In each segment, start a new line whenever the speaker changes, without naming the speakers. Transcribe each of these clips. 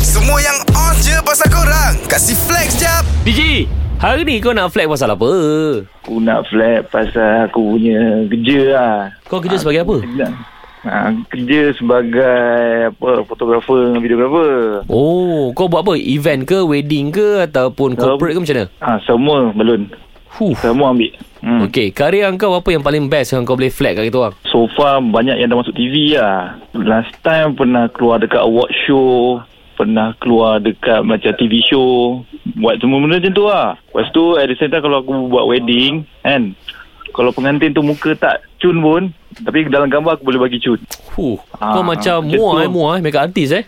Semua yang on je pasal korang Kasih flex jap
DJ Hari ni kau nak flag pasal apa?
Aku nak flat pasal aku punya kerja lah.
Kau kerja sebagai apa?
Ha, kerja sebagai apa fotografer dengan videografer.
Oh Kau buat apa? Event ke? Wedding ke? Ataupun corporate ke macam mana?
Ha, semua belum.
Huh.
Semua ambil. Hmm.
Okay
Okay.
Karya kau apa yang paling best Yang kau boleh flag kat kita orang?
So far banyak yang dah masuk TV lah. Last time pernah keluar dekat award show. Pernah keluar dekat macam TV show. Buat semua benda macam tu lah. Lepas tu at the same time kalau aku buat wedding kan. Kalau pengantin tu muka tak cun pun. Tapi dalam gambar aku boleh bagi cun.
Huh. Kau
Ah,
macam
macam
Mua
tu.
eh Mua eh Makeup artist eh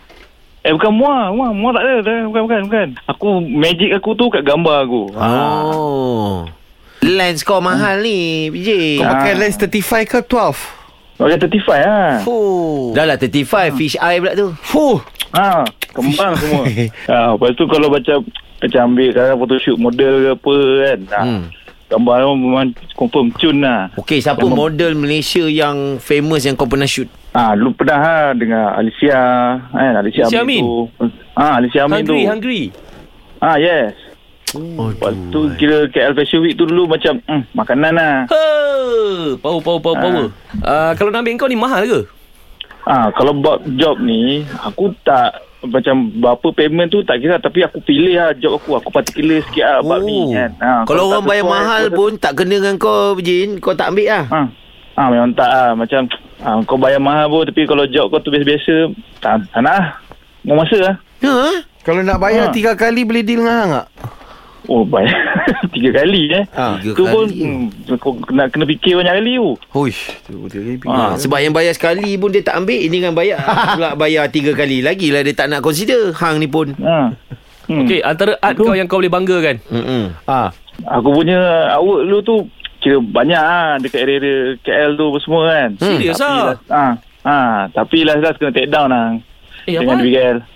Eh bukan muar, muar, muar tak ada, dah. bukan bukan bukan. Aku magic aku tu kat gambar aku.
Ah.
Ah.
Oh. Lens kau mahal ni, PJ.
Kau
Ah.
pakai lens 35 ke 12?
Macam 35 ah.
Oh. Dah lah 35 fish eye pula tu.
Fuh.
Ha, kembang semua. ha, lepas tu kalau macam macam ambil kadang photoshoot model ke apa kan. Ha.
Hmm.
Hmm. Gambar tu memang confirm cun lah.
Okey, siapa
Yang mem-
model Malaysia yang famous yang kau pernah shoot?
Ha, lu pernah ha, dengan Alicia kan, Alicia,
Alicia
Alicia
Amin.
Amin, tu. Ha, Alicia Amin
Hungry
tu.
Hungry
Ha, yes.
Oh,
Lepas tu kira KL Fashion Week tu dulu macam hmm, makanan lah.
Ha, power, power, power,
Ah.
power. Uh, kalau nak ambil kau ni mahal ke?
Ah, kalau buat job ni, aku tak macam berapa payment tu tak kira tapi aku pilih lah job aku. Aku particular sikit lah oh. ni kan. Ha,
Ah, kalau orang
tak
bayar
sesuai,
mahal
aku-
pun tak kena dengan kau, Jin. Kau tak ambil lah.
Ha. ha, memang tak lah. Macam ha, kau bayar mahal pun tapi kalau job kau tu biasa-biasa, tak, tak nak lah. Mau masa lah.
Ha?
Kalau nak
Ha.
bayar tiga kali boleh deal dengan hang tak?
Oh, bayar tiga kali eh.
Ha.
Ah, Tiga
tu
kali.
pun hmm, kau nak kena fikir banyak kali oh. tu.
Huish. Tu tiga kali
Ah,
pilih.
Sebab yang bayar sekali pun dia tak ambil. Ini kan bayar. Pula bayar tiga kali. Lagilah dia tak nak consider. Hang ni pun.
Ha. Hmm.
Okay, antara art kau yang kau boleh banggakan.
Mm-mm.
Ah.
Aku punya artwork dulu tu kira banyak lah dekat area-area KL tu apa semua kan.
Hmm.
Serius
Tapi
ah?
last- Ah, ah, tapi last last kena take down lah.
Eh,
dengan
apa?